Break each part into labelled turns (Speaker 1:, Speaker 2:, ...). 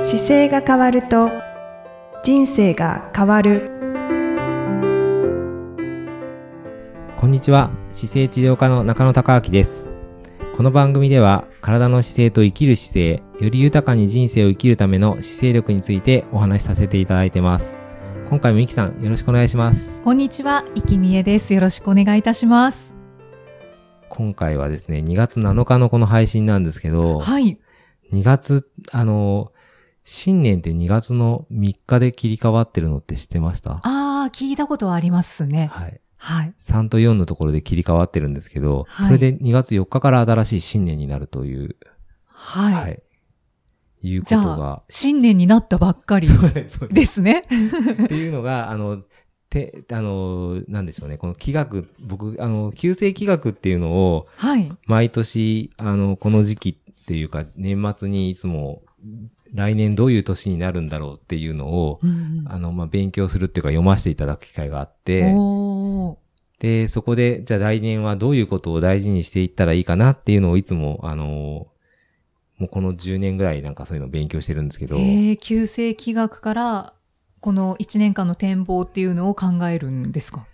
Speaker 1: 姿勢が変わると人生が変わる
Speaker 2: こんにちは姿勢治療科の中野孝明ですこの番組では体の姿勢と生きる姿勢より豊かに人生を生きるための姿勢力についてお話しさせていただいてます今回もいきさんよろしくお願いします
Speaker 3: こんにちは、いきみえです。よろしくお願いいたします。
Speaker 2: 今回はですね2月7日のこの配信なんですけど、
Speaker 3: はい。
Speaker 2: 2月あの新年って2月の3日で切り替わってるのって知ってました
Speaker 3: ああ、聞いたことはありますね。
Speaker 2: はい
Speaker 3: はい。
Speaker 2: 3と4のところで切り替わってるんですけど、
Speaker 3: はい
Speaker 2: それで2月4日から新しい新年になるという、
Speaker 3: はい。
Speaker 2: い。いうこ
Speaker 3: じゃ
Speaker 2: と
Speaker 3: あ
Speaker 2: が、、
Speaker 3: 新年になったばっかり
Speaker 2: そうで
Speaker 3: ですすね。
Speaker 2: っていうのが、あの、て、あの、なんでしょうね。この気学、僕、あの、旧世気学っていうのを、
Speaker 3: はい。
Speaker 2: 毎年、あの、この時期っていうか、年末にいつも、来年どういう年になるんだろうっていうのを、
Speaker 3: うん
Speaker 2: あの、まあ、勉強するっていうか、読ませていただく機会があって、
Speaker 3: うん、おー
Speaker 2: で、そこで、じゃあ来年はどういうことを大事にしていったらいいかなっていうのをいつも、あのーもうこの10年ぐらいなんかそういうのを勉強してるんですけど、
Speaker 3: えー、旧世紀学から、この1年間の展望っていうのを考えるんですか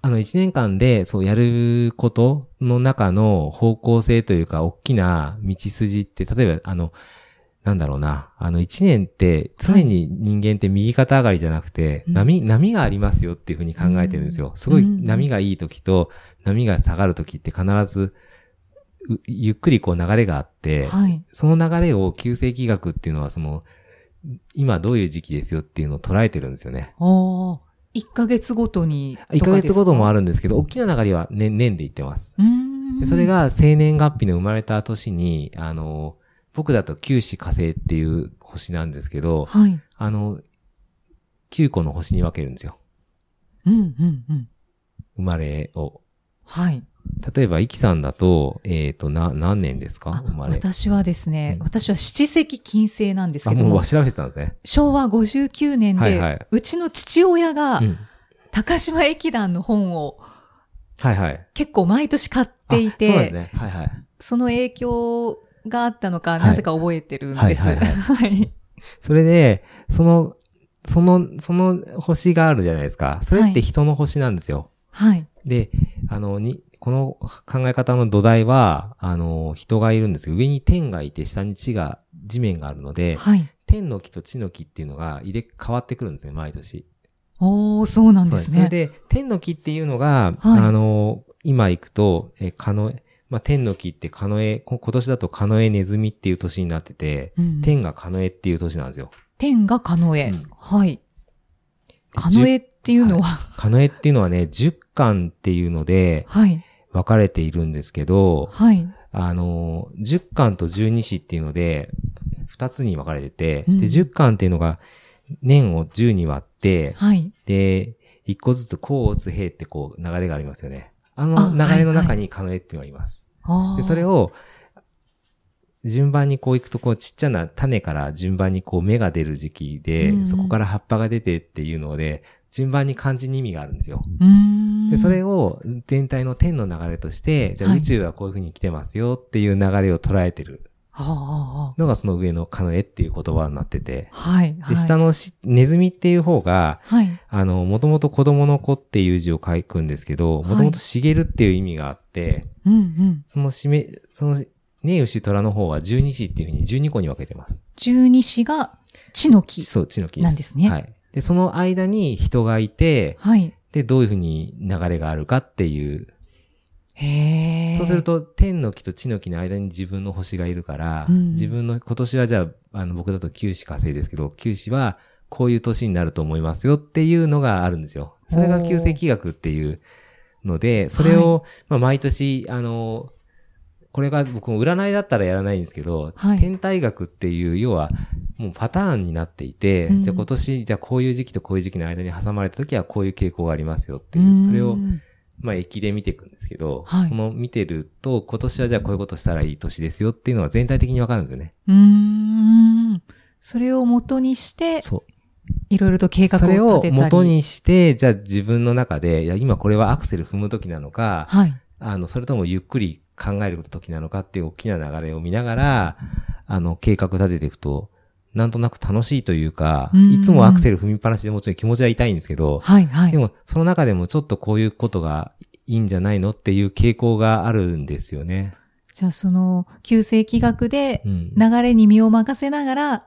Speaker 2: あの1年間でそうやることの中の方向性というか、大きな道筋って、例えばあの、なんだろうな、あの1年って常に人間って右肩上がりじゃなくて、
Speaker 3: うん
Speaker 2: 波、波がありますよっていうふうに考えてるんですよ。
Speaker 3: うん
Speaker 2: すごい
Speaker 3: うん
Speaker 2: 波がいい時と波が下がる時って必ず、うゆっくりこう流れがあって、
Speaker 3: はい。
Speaker 2: その流れを旧世紀学っていうのはその、今どういう時期ですよっていうのを捉えてるんですよね。
Speaker 3: おー1ヶ月ごとに
Speaker 2: 1ヶ月ごともあ
Speaker 3: る。
Speaker 2: るんですけど、大きな流れは年年で言ってます。
Speaker 3: うー
Speaker 2: で
Speaker 3: ん。
Speaker 2: それ、が生年月日の生まれた年に、あの、僕だと九死火星っていう星なんですけど、
Speaker 3: はい。
Speaker 2: あの、9個の星に分けるんですよ。
Speaker 3: うんうんうん。
Speaker 2: 生まれを。
Speaker 3: はい。
Speaker 2: 例えば、イキさんだと、えっ、と、な、何年ですか
Speaker 3: あ
Speaker 2: 生まれ。
Speaker 3: 私はですね、
Speaker 2: うん
Speaker 3: 私は七石金星なんです
Speaker 2: あ、
Speaker 3: けど
Speaker 2: もう
Speaker 3: も
Speaker 2: わ、調べてたんですね。
Speaker 3: 昭和59年で、
Speaker 2: はいはいう
Speaker 3: ちの父親が
Speaker 2: うん。
Speaker 3: 高島駅団の本を
Speaker 2: はいはい。
Speaker 3: 結構毎年買ってい
Speaker 2: あそうなんで
Speaker 3: て、
Speaker 2: すね。はいはい。
Speaker 3: その影響があったのか、
Speaker 2: い
Speaker 3: なぜか覚えてるんです。
Speaker 2: は
Speaker 3: はいい
Speaker 2: はいそれで、その、その、その星があるじゃないですか。それって人の星なんですよ。
Speaker 3: はい。
Speaker 2: で、あの、に、この考え方の土台は、あの、人がいるんですけど、上に天がいて、下に地が、地面があるので、
Speaker 3: はい。
Speaker 2: 天の木と地の木っていうのが入れ替わってくるんですね、毎年。
Speaker 3: おー、そうなんで
Speaker 2: そ
Speaker 3: す
Speaker 2: うなん
Speaker 3: ね。
Speaker 2: ですそれで、天の木っていうのが、
Speaker 3: はい
Speaker 2: あの、今行くと、え、かのえ、まあ、天の木ってかのえ、こ今年だとかのえネズミっていう年になってて、
Speaker 3: うん天
Speaker 2: 天がかのえっていう年なんですよ。
Speaker 3: がカノエ。
Speaker 2: うん
Speaker 3: はい。カノエっていうのは、
Speaker 2: カノエっていうのはね、10巻っていうので
Speaker 3: はい。
Speaker 2: 分かれているんですけど、
Speaker 3: はい。
Speaker 2: あのー、10巻と12子っていうので、2つに分かれてて、
Speaker 3: うん
Speaker 2: で、10巻っていうのが年を10に割って、
Speaker 3: はい。
Speaker 2: で、1個ずつ甲を打つ兵ってこう流れがありますよね。あの
Speaker 3: あ
Speaker 2: 流れの
Speaker 3: はい
Speaker 2: 中
Speaker 3: はい
Speaker 2: にカノエっていうのがいます。
Speaker 3: あー
Speaker 2: で、それを、順番にこういくと、こうちっちゃな種から順番にこう芽が出る時期で、
Speaker 3: うんうん
Speaker 2: そこから葉っぱが出てっていうので、順番に漢字に意味があるんですよ。
Speaker 3: うーん。
Speaker 2: で、それを全体の天の流れとして、じゃあ
Speaker 3: はい
Speaker 2: 宇宙はこういう風に来てますよっていう流れを捉えてる
Speaker 3: はあは
Speaker 2: のがその上のカノエっていう言葉になってて
Speaker 3: あ、はい。は
Speaker 2: で、
Speaker 3: い。
Speaker 2: 下のしネズミっていう方が、
Speaker 3: はい。
Speaker 2: あの、もともと子供の子っていう字を書くんですけど、
Speaker 3: はい
Speaker 2: もともと茂るっていう意味があって、
Speaker 3: うんうん。
Speaker 2: そのしめ、その、ね牛虎の方は十二子っていう風に十二個に分けてます。
Speaker 3: 十二支が地の木。
Speaker 2: そう、地の木
Speaker 3: なんですね
Speaker 2: はい。で、その間に人がいて、
Speaker 3: はい。
Speaker 2: で、どういう風に流れがあるかっていう
Speaker 3: へえ。
Speaker 2: そうする、と、天の木と地の木の間に自分の星がいるから、
Speaker 3: うん
Speaker 2: 自分の、今年はじゃあ、あの、僕だと九死火星ですけど、九死はこういう年になると思いますよっていうのがあるんですよ。それが
Speaker 3: おー
Speaker 2: 旧世紀学っていうので、それを、まあ、毎年、あの、これが僕も占いだったらやらないんですけど、
Speaker 3: はい
Speaker 2: 天体学っていう、要は、もうパターンになっていて、
Speaker 3: うん
Speaker 2: じゃあ今年、じゃあこういう時期とこういう時期の間に挟まれた時はこういう傾向がありますよっていう、それを、
Speaker 3: うん
Speaker 2: まあ、駅で見ていくんですけど、
Speaker 3: はい
Speaker 2: その見てると、今年はじゃあこういうことしたらいい年ですよっていうのは全体的にわかるんですよね。
Speaker 3: うーん。それを元にして、
Speaker 2: そ
Speaker 3: いろいろと計
Speaker 2: う。
Speaker 3: 画を
Speaker 2: それを
Speaker 3: 立てたり。
Speaker 2: 元。にして、じゃあ自分の中で、いや、今これはアクセル踏む時なのか、
Speaker 3: はい。
Speaker 2: あの、それともゆっくり考える時なのかっていう大きな流れを見ながら、あの、計画立てていくと、なんとなく楽しいというか、
Speaker 3: うんうん
Speaker 2: いつもアクセル踏みっぱなしでもちろん気持ちは痛いんですけど、
Speaker 3: はいはい。
Speaker 2: でもその中でもちょっとこういうことがいいんじゃないのっていう傾向があるんですよね。
Speaker 3: じゃあその、旧世気学で
Speaker 2: うん。
Speaker 3: 流れに身を任せながら、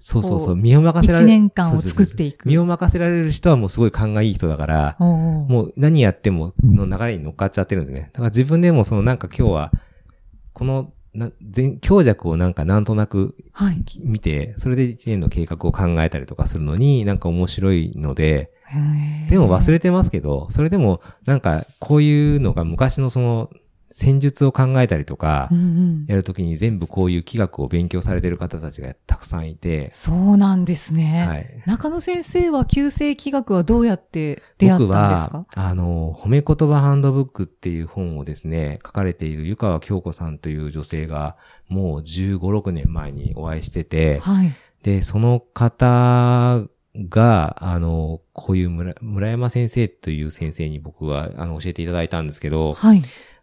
Speaker 2: そうそうそ
Speaker 3: こう
Speaker 2: う。身を任せられ
Speaker 3: 一
Speaker 2: る。
Speaker 3: 年間を
Speaker 2: そうそう
Speaker 3: 作っ
Speaker 2: そう
Speaker 3: ていく。
Speaker 2: 身を任せられる人はもうすごい勘がいい人だから、
Speaker 3: おうおう
Speaker 2: もう何やってもの流れに乗っかっちゃってるんですね。だから自分でもそのなんか今日は、この、な全強弱をなんかなんとなく
Speaker 3: はい。
Speaker 2: き見て、それで一年の計画を考えたりとかするのになんか面白いので、でも忘
Speaker 3: れ、
Speaker 2: れてますけど、それでもなんかこういうのが昔のその戦術を考えたりとか
Speaker 3: う、んうん、
Speaker 2: やるときに全部こういう気学を勉強されてる方たちがたくさんいて、
Speaker 3: そうなんですね。
Speaker 2: はい。
Speaker 3: 中野先生は旧世気学はどうやって出会ったんですか
Speaker 2: 僕は、あの、褒め言葉ハンドブックっていう本をですね、書かれている湯川京子さんという女性が、もう15、6年前にお会いしてて、
Speaker 3: はい。
Speaker 2: で、その方が、あの、こういう村村山先生という先生に僕は、あの、教えていただいたんですけど、
Speaker 3: はい。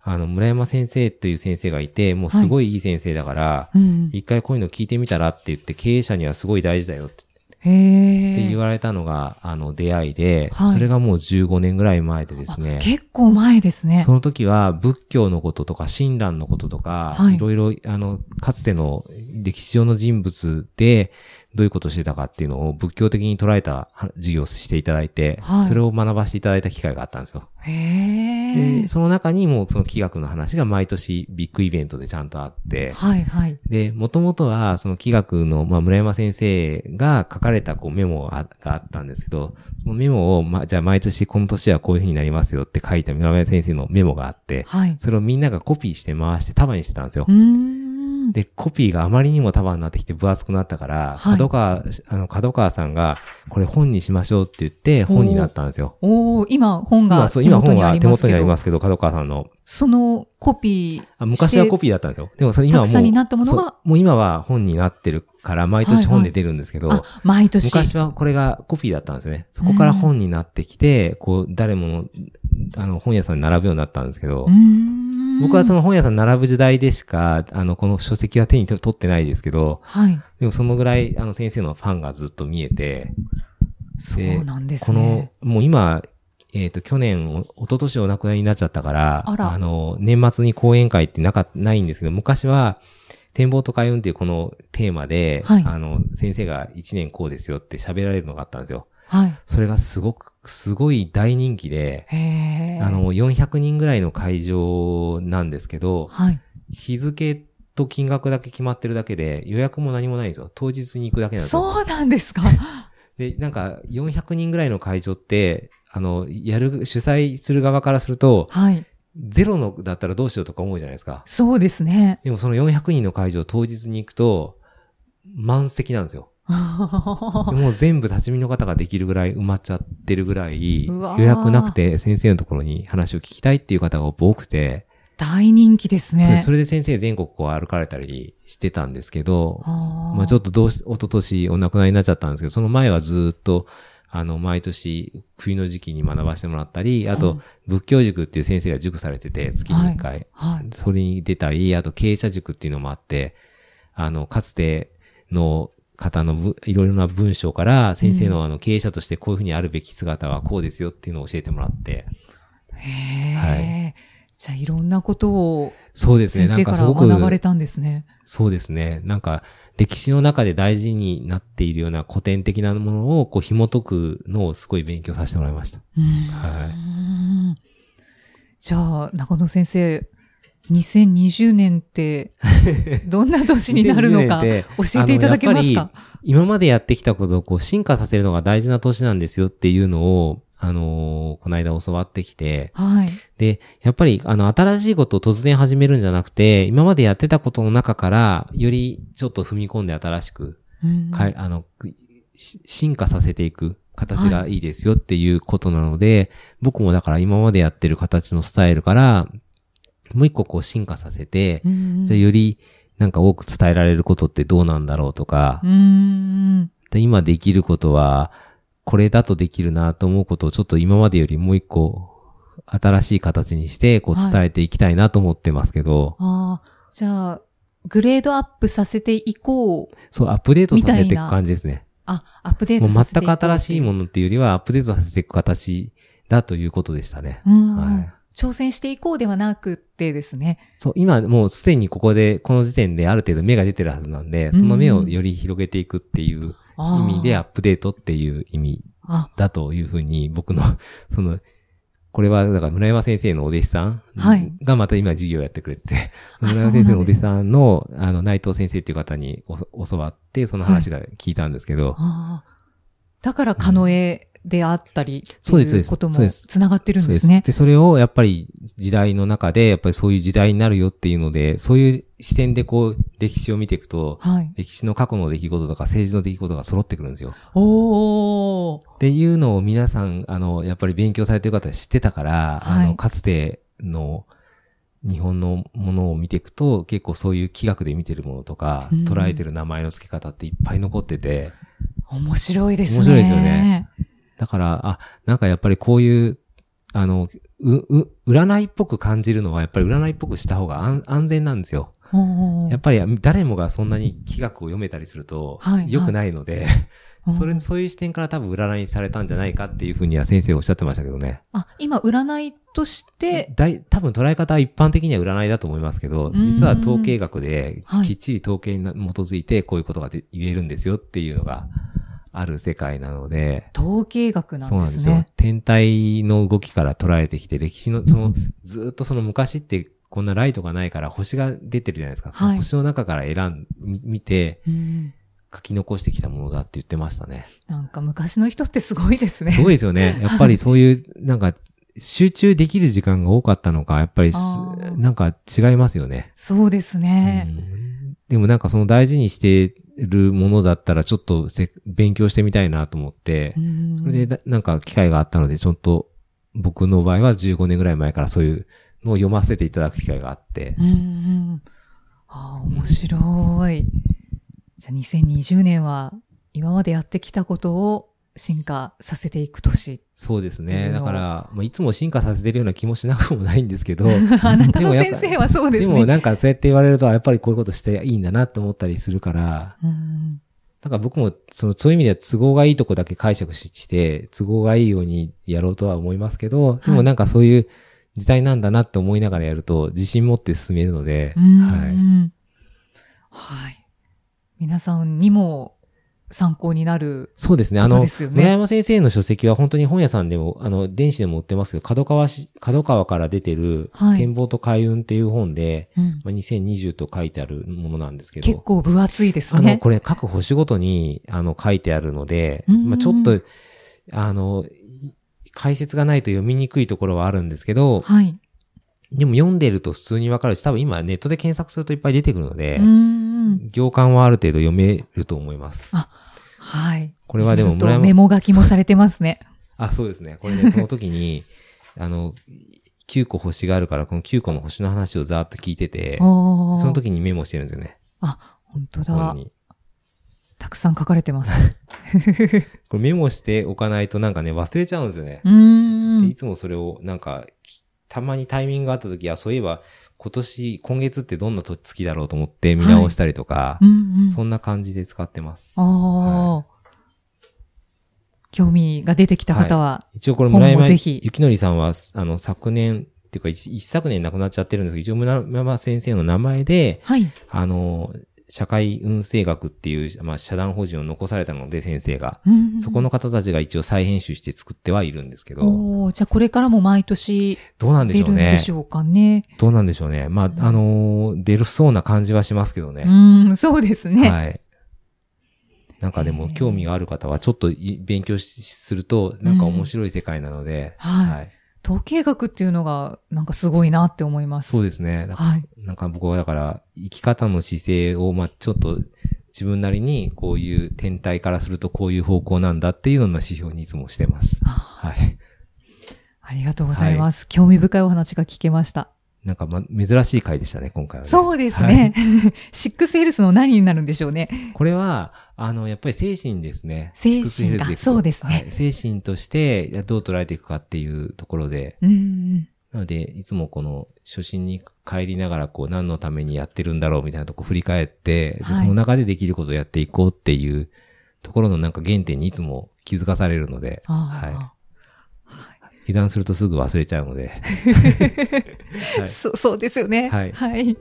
Speaker 2: あの、村山先生という先生がいて、もうすごいいい先生だから、
Speaker 3: うん
Speaker 2: 一回こういうの聞いてみたらって言って、経営者にはすごい大事だよって
Speaker 3: へ
Speaker 2: って言
Speaker 3: え。
Speaker 2: われたのが、あの、出会いで、
Speaker 3: はい
Speaker 2: それがもう15年ぐらい前でですね、
Speaker 3: 結構前ですね
Speaker 2: そ。の時は仏教のこととか、親鸞のこととか、
Speaker 3: はい
Speaker 2: いろいろ、あの、かつての歴史上の人物で、どういうことをしてたかっていうのを仏教的に捉えたは授業をしていただいて、
Speaker 3: はい
Speaker 2: それを学ばせていただいた機会があったんですよ。
Speaker 3: へ
Speaker 2: で
Speaker 3: え。
Speaker 2: その中にもうその気学の話が毎年ビッグイベントでちゃんとあって、
Speaker 3: はいはい。
Speaker 2: で、もともとは、その気学の、まあ、村山先生が書かれたこうメモあがあったんですけど、そのメモを、ま、じゃあ毎年この年はこういう風になりますよって書いた村山先生のメモがあって、
Speaker 3: はい。
Speaker 2: それをみんながコピーして回して束にしてたんですよ
Speaker 3: うー。ん。
Speaker 2: で、コピーがあまりにも束になってきて分厚くなったから、
Speaker 3: はい
Speaker 2: 角川、あの、角川さんが、これ本にしましょうって言って本になったんですよ。
Speaker 3: おお今本
Speaker 2: 今、
Speaker 3: が
Speaker 2: そ
Speaker 3: 手
Speaker 2: う、今
Speaker 3: 元
Speaker 2: 本
Speaker 3: にあ
Speaker 2: は
Speaker 3: り
Speaker 2: 手
Speaker 3: ます
Speaker 2: 元
Speaker 3: け
Speaker 2: にありま
Speaker 3: ど、
Speaker 2: すけど、角川さんの。
Speaker 3: そのコピー。
Speaker 2: あ昔はコ
Speaker 3: ピ
Speaker 2: ピーだったんですよ。でもそれ今はもう。
Speaker 3: たくさんになったものが
Speaker 2: そうもう今は本になってるから、毎
Speaker 3: はい
Speaker 2: 年
Speaker 3: はい
Speaker 2: 本で出るんですけど、
Speaker 3: あ、毎年。
Speaker 2: 昔はこれがコピーだったんですね。そこから本になってきて、こう、誰もの、あの、本屋さんに並ぶようになったんですけど
Speaker 3: うー、ん。
Speaker 2: 僕はその本屋さんに並ぶ時代でしか、あの、この書籍は手に取ってないですけど、
Speaker 3: はい。
Speaker 2: でもそのぐらい、あの、先生のファンがずっと見えて、
Speaker 3: そうなんです
Speaker 2: この
Speaker 3: ね。、
Speaker 2: もう今、えっ、と、去年、お一昨年お亡くなりになっちゃったから、
Speaker 3: あら
Speaker 2: の、年末に講演会ってなか、ないんですけど、昔は、展望と開運っていうこのテーマで、
Speaker 3: はい
Speaker 2: あの、先生が一年こうですよって喋られるのがあったんですよ。
Speaker 3: はい。
Speaker 2: それがすごく、すごい大人気で、
Speaker 3: へえ。
Speaker 2: あ、の、400人ぐらいの会場なんですけど、
Speaker 3: はい。
Speaker 2: 日付と金額だけ決まってるだけで、予約も何もないんですよ。当日に行くだけなんですよ。
Speaker 3: そうなんですか。
Speaker 2: で、なんか、400人ぐらいの会場って、あの、やる、主催する側からすると、
Speaker 3: はい。
Speaker 2: ゼロのだったらどうしようとか思うじゃないですか。
Speaker 3: そうですね。
Speaker 2: でもその400人の会場当日に行くと、満席なんですよ。もう全部立ち見の方ができるぐらい埋まっちゃってるぐらい、
Speaker 3: うわ
Speaker 2: 予
Speaker 3: ー
Speaker 2: 約なくて先生のところに話を聞きたいっていう方が多くて、
Speaker 3: 大人気です
Speaker 2: それ
Speaker 3: ね。
Speaker 2: それで先生全国を歩かれたりしてたんですけど、ま
Speaker 3: ま
Speaker 2: あちょ
Speaker 3: っ
Speaker 2: っとどうし、一昨年お亡くなりになっちゃったんですけど、その前はずーっと、あの、毎年、冬の時期に学ばせてもらったり、あ
Speaker 3: う
Speaker 2: と
Speaker 3: ん、
Speaker 2: 仏教塾っていう先生が塾されてて、月に1回、
Speaker 3: はい。
Speaker 2: それに出たり、あと経営者塾っていうのもあって、あの、かつての方のぶいろいろな文章から、先生のあの、経営者としてこういうふうにあるべき姿はこうですよっていうのを教えてもらって、
Speaker 3: へえ、
Speaker 2: は
Speaker 3: じゃあいろんなことを
Speaker 2: そうですね、
Speaker 3: 先
Speaker 2: なんから
Speaker 3: 生か
Speaker 2: すごく、
Speaker 3: 学ばれたんですね。
Speaker 2: そうですね。なんか、歴史の中で大事になっているような古典的なものを、こう、紐解くのをすごい勉強させてもらいました。
Speaker 3: うーん
Speaker 2: は
Speaker 3: じゃあ中野先生、2020年って どんな年になるの
Speaker 2: 2020
Speaker 3: か
Speaker 2: 年って
Speaker 3: 教えていただけます
Speaker 2: あのやっ
Speaker 3: か
Speaker 2: ぱ今までやってきたことを、こう、進化させるのが大事な年なんですよっていうのを、あのーこの間教わってきて、
Speaker 3: はい。
Speaker 2: で、やっぱり、あの、新しいことを突然始めるんじゃなくて、今までやってたことの中から、よりちょっと踏み込んで新しく
Speaker 3: うん
Speaker 2: かい、あの、し進化させていく形がいいですよっていうことなので、僕もだから今までやってる形のスタイルから、もう一個こう進化させて、
Speaker 3: うん
Speaker 2: じゃあよりなんか多く伝えられることってどうなんだろうとか、
Speaker 3: うーん
Speaker 2: で今できることは、これだとできるなと思うことをちょっと今までよりもう一個新しい形にして、こう
Speaker 3: はい
Speaker 2: 伝えていきたいなと思ってますけど、
Speaker 3: ああ、じゃあグレードアップさせていこう。
Speaker 2: そう、アップデートさせてい
Speaker 3: みたい
Speaker 2: く
Speaker 3: な
Speaker 2: 感じですね。
Speaker 3: あ、アップデー
Speaker 2: も
Speaker 3: ト
Speaker 2: う
Speaker 3: させて
Speaker 2: 全
Speaker 3: い
Speaker 2: く
Speaker 3: こう
Speaker 2: 新しいものっていうよりは、アップデートさせていく形だということでしたね。
Speaker 3: うん、
Speaker 2: はい
Speaker 3: 挑戦していこうではなくってですね。
Speaker 2: そう、今もうすでにここで、この時点である程度目が出てるはずなんで、その目をより広げていくっていう
Speaker 3: あー
Speaker 2: 意味で、アップデートっていう意味
Speaker 3: あ、
Speaker 2: だというふうに、僕の、 その、これは、だから村山先生のお弟子さん
Speaker 3: はい
Speaker 2: がまた今授業やってくれてて、
Speaker 3: あ
Speaker 2: 村山先生のお弟子
Speaker 3: そう
Speaker 2: さんの、あの、内藤先生っていう方にお教わって、その話が聞いたんですけど、
Speaker 3: ああだから、カノエであったり、
Speaker 2: そうですそうです
Speaker 3: ことも
Speaker 2: そうです
Speaker 3: つながってるん
Speaker 2: そう
Speaker 3: ですね。
Speaker 2: で、それをやっぱり時代の中で、やっぱりそういう時代になるよっていうので、そういう視点でこう、歴史を見ていくと、
Speaker 3: はい。
Speaker 2: 歴史の過去の出来事とか政治の出来事が揃ってくるんですよ。
Speaker 3: おー。
Speaker 2: っていうのを皆さん、あの、やっぱり勉強されてる方は知ってたから、
Speaker 3: はい
Speaker 2: あの、かつての日本のものを見ていくと、結構そういう企画で見てるものとか、
Speaker 3: うん
Speaker 2: 捉えてる名前の付け方っていっぱい残ってて、
Speaker 3: 面白いですね。
Speaker 2: 面白いですよね。だから、あ、なんかやっぱりこういう、あの、う、う、占いっぽく感じるのは、やっぱり占いっぽくした方が安安全なんですよ。
Speaker 3: おー
Speaker 2: やっぱり誰もがそんなに企画を読めたりすると
Speaker 3: はいは、い
Speaker 2: 良くないので、
Speaker 3: うん
Speaker 2: それ、そういう視点から多分占いにされたんじゃないかっていうふうには先生おっしゃってましたけどね。
Speaker 3: あ、今、占いとして、
Speaker 2: だい多分捉え方は一般的には占いだと思いますけど、
Speaker 3: ん
Speaker 2: 実は統計学で
Speaker 3: はい
Speaker 2: きっちり統計にな基づいてこういうことがで言えるんですよっていうのがある世界なので、
Speaker 3: 統計学な
Speaker 2: そ
Speaker 3: ん
Speaker 2: う
Speaker 3: で
Speaker 2: なんですすよ
Speaker 3: ね。。
Speaker 2: 天体の動きから捉えてきて、歴史の、その、ずっとその昔ってこんなライトがないから星が出てるじゃないですか。その星の中から選ん、み見て
Speaker 3: うん
Speaker 2: 書き残してきたものだって言ってましたね。
Speaker 3: なんか昔の人ってすごいですね。
Speaker 2: すごいですよね。やっぱりそういう、なんか、集中できる時間が多かったのか、やっぱりす
Speaker 3: あ、ー
Speaker 2: なんか違いますよね、
Speaker 3: そうですね。
Speaker 2: うんでもなんかその大事にしてるものだったら、ちょっとせ勉強してみたいなと思って、
Speaker 3: うん
Speaker 2: それでななんか機会があったので、ちょっと僕の場合は15年ぐらい前からそういうのを読ませていただく機会があって
Speaker 3: う、んうん。ああ、面白い。じゃあ2020年は今までやってきたことを進化させていく年。
Speaker 2: そうです
Speaker 3: ってい
Speaker 2: ね。
Speaker 3: うの
Speaker 2: だ
Speaker 3: を
Speaker 2: から、まあ、いつも進化させてるような気もしなくもないんですけど、
Speaker 3: あ中
Speaker 2: で
Speaker 3: 野
Speaker 2: もやっ
Speaker 3: 先
Speaker 2: ぱ
Speaker 3: 生はそうです
Speaker 2: で
Speaker 3: ね。
Speaker 2: もなんかそうやって言われると、やっぱりこういうことしていいんだなって思ったりするから、
Speaker 3: うん
Speaker 2: だから僕もそのそういう意味では都合がいいとこだけ解釈しして、都合がいいようにやろうとは思いますけど、でもなんかそういう時代なんだなって思いながらやると自信持って進めるので、
Speaker 3: うん
Speaker 2: はい。
Speaker 3: はい。皆さんにも参考になる。
Speaker 2: そうですね。あの、
Speaker 3: そうですよね
Speaker 2: 村山先生の書籍は本当に本屋さんでも、あの、電子でも売ってますけど、角川し、角川から出てる
Speaker 3: はい、
Speaker 2: 展望と開運っていう本で、
Speaker 3: うん
Speaker 2: まあ2020と書いてあるものなんですけど。
Speaker 3: 結構分厚いです
Speaker 2: あの、
Speaker 3: ね。
Speaker 2: これ各星ごとに、あの、書いてあるので、
Speaker 3: うんうん
Speaker 2: まあ、ちょっと、あの、い解説がないと読みにくいところはあるんですけど、
Speaker 3: はい。
Speaker 2: でも読んでると普通にわかるし、多分今ネットで検索するといっぱい出てくるので
Speaker 3: う、ん。
Speaker 2: 行間はある程度読めると思います
Speaker 3: あ。はい。
Speaker 2: これはでも
Speaker 3: ちょっ
Speaker 2: 村
Speaker 3: と
Speaker 2: 山
Speaker 3: メモ書きもされてますね。
Speaker 2: あ、そうですね。こ れね、その時に、あの、9個星があるから、この9個の星の話をざーっと聞いてて、
Speaker 3: おー
Speaker 2: その時にメモしてるんですよね。
Speaker 3: あ、本当
Speaker 2: 本
Speaker 3: だ。
Speaker 2: に。
Speaker 3: たくさん書かれてます。
Speaker 2: これメモしておかないとなんかね、忘れちゃうんですよね。
Speaker 3: うー
Speaker 2: でい
Speaker 3: ん。
Speaker 2: つもそれをなんか、きたまにタイミングがあった時は、そういえば今年、今月ってどんなと月だろうと思って見直したりとか、
Speaker 3: うんうん。
Speaker 2: そんな感じで使ってます。
Speaker 3: ああ。興味が出てきた方は、
Speaker 2: 一応これ
Speaker 3: 本も
Speaker 2: 村山
Speaker 3: ぜひ
Speaker 2: ゆきのりさんは、あの、昨年、っていうか一、一昨年亡くなっちゃってるんですけど、一応村山先生の名前で、
Speaker 3: はい。
Speaker 2: あの、社会運勢学っていう、まあ、社団法人を残されたので、先生が。
Speaker 3: うんうん
Speaker 2: そこの方たちが一応再編集して作ってはいるんですけど、
Speaker 3: おーじゃあこれからも毎年
Speaker 2: どうなんでし
Speaker 3: 出
Speaker 2: ょ
Speaker 3: る
Speaker 2: うん
Speaker 3: で
Speaker 2: ね。
Speaker 3: しょうかね。
Speaker 2: どうなんでしょうね。まあ、あのー出るそうな感じはしますけど
Speaker 3: う
Speaker 2: ね。
Speaker 3: ーん、そうですね。
Speaker 2: はい。なんかで
Speaker 3: へ
Speaker 2: も
Speaker 3: ー
Speaker 2: 興味がある方はちょっとい勉強しするとなんか面白い世界なので、
Speaker 3: はい
Speaker 2: い。
Speaker 3: 統計学っていうのが、なんかすごいなって思います。
Speaker 2: そう
Speaker 3: で
Speaker 2: ですね。だか
Speaker 3: はい。
Speaker 2: なんか僕はだから生き方の姿勢をまあちょっと自分なりにこういう天体からするとこういう方向なんだっていうのの指標にいつもしてます。
Speaker 3: あ
Speaker 2: はい。
Speaker 3: ありがとうございます。興味深いお話が聞けました。
Speaker 2: なんかま、珍しい回でしたね、今回は、ね。
Speaker 3: そうですね。 シックスヘルスの何になるんでしょうね。
Speaker 2: これは、あの、やっぱり精神ですね。
Speaker 3: 精
Speaker 2: シッ
Speaker 3: 神か
Speaker 2: クスヘルスいくと
Speaker 3: そうですね
Speaker 2: はい精神として、どう捉えていくかっていうところで、
Speaker 3: うんうん。
Speaker 2: なので、いつもこの初心に帰りながら、こう、何のためにやってるんだろうみたいなとこ振り返って、
Speaker 3: は
Speaker 2: で
Speaker 3: い
Speaker 2: その中でできることをやっていこうっていうところのなんか原点にいつも気づかされるので、は
Speaker 3: ああ、はい
Speaker 2: い。油断するとすぐ忘れちゃうの で、はい
Speaker 3: そそうですよね。
Speaker 2: はい
Speaker 3: はい。
Speaker 2: な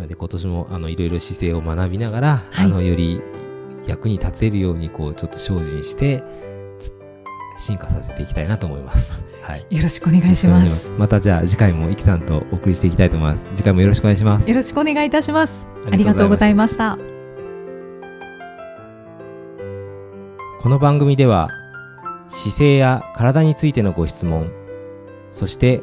Speaker 2: ので今年もあのいろいろ姿勢を学びながら、
Speaker 3: はい
Speaker 2: あのより役に立てるようにこうちょっと精進してつ進化させていきたいなと思います。はい。
Speaker 3: よろしくお願いします。
Speaker 2: またじゃあ次回もイキさんとお送りしていきたいと思います。次回もよろしくお願いします。
Speaker 3: よろしくお願いいたします。
Speaker 2: あ
Speaker 3: あ
Speaker 2: り
Speaker 3: り
Speaker 2: が
Speaker 3: が
Speaker 2: と
Speaker 3: と
Speaker 2: う
Speaker 3: う
Speaker 2: ご
Speaker 3: ご
Speaker 2: ざ
Speaker 3: ざ
Speaker 2: い
Speaker 3: いました。
Speaker 2: この番組では姿勢や体についてのご質問そして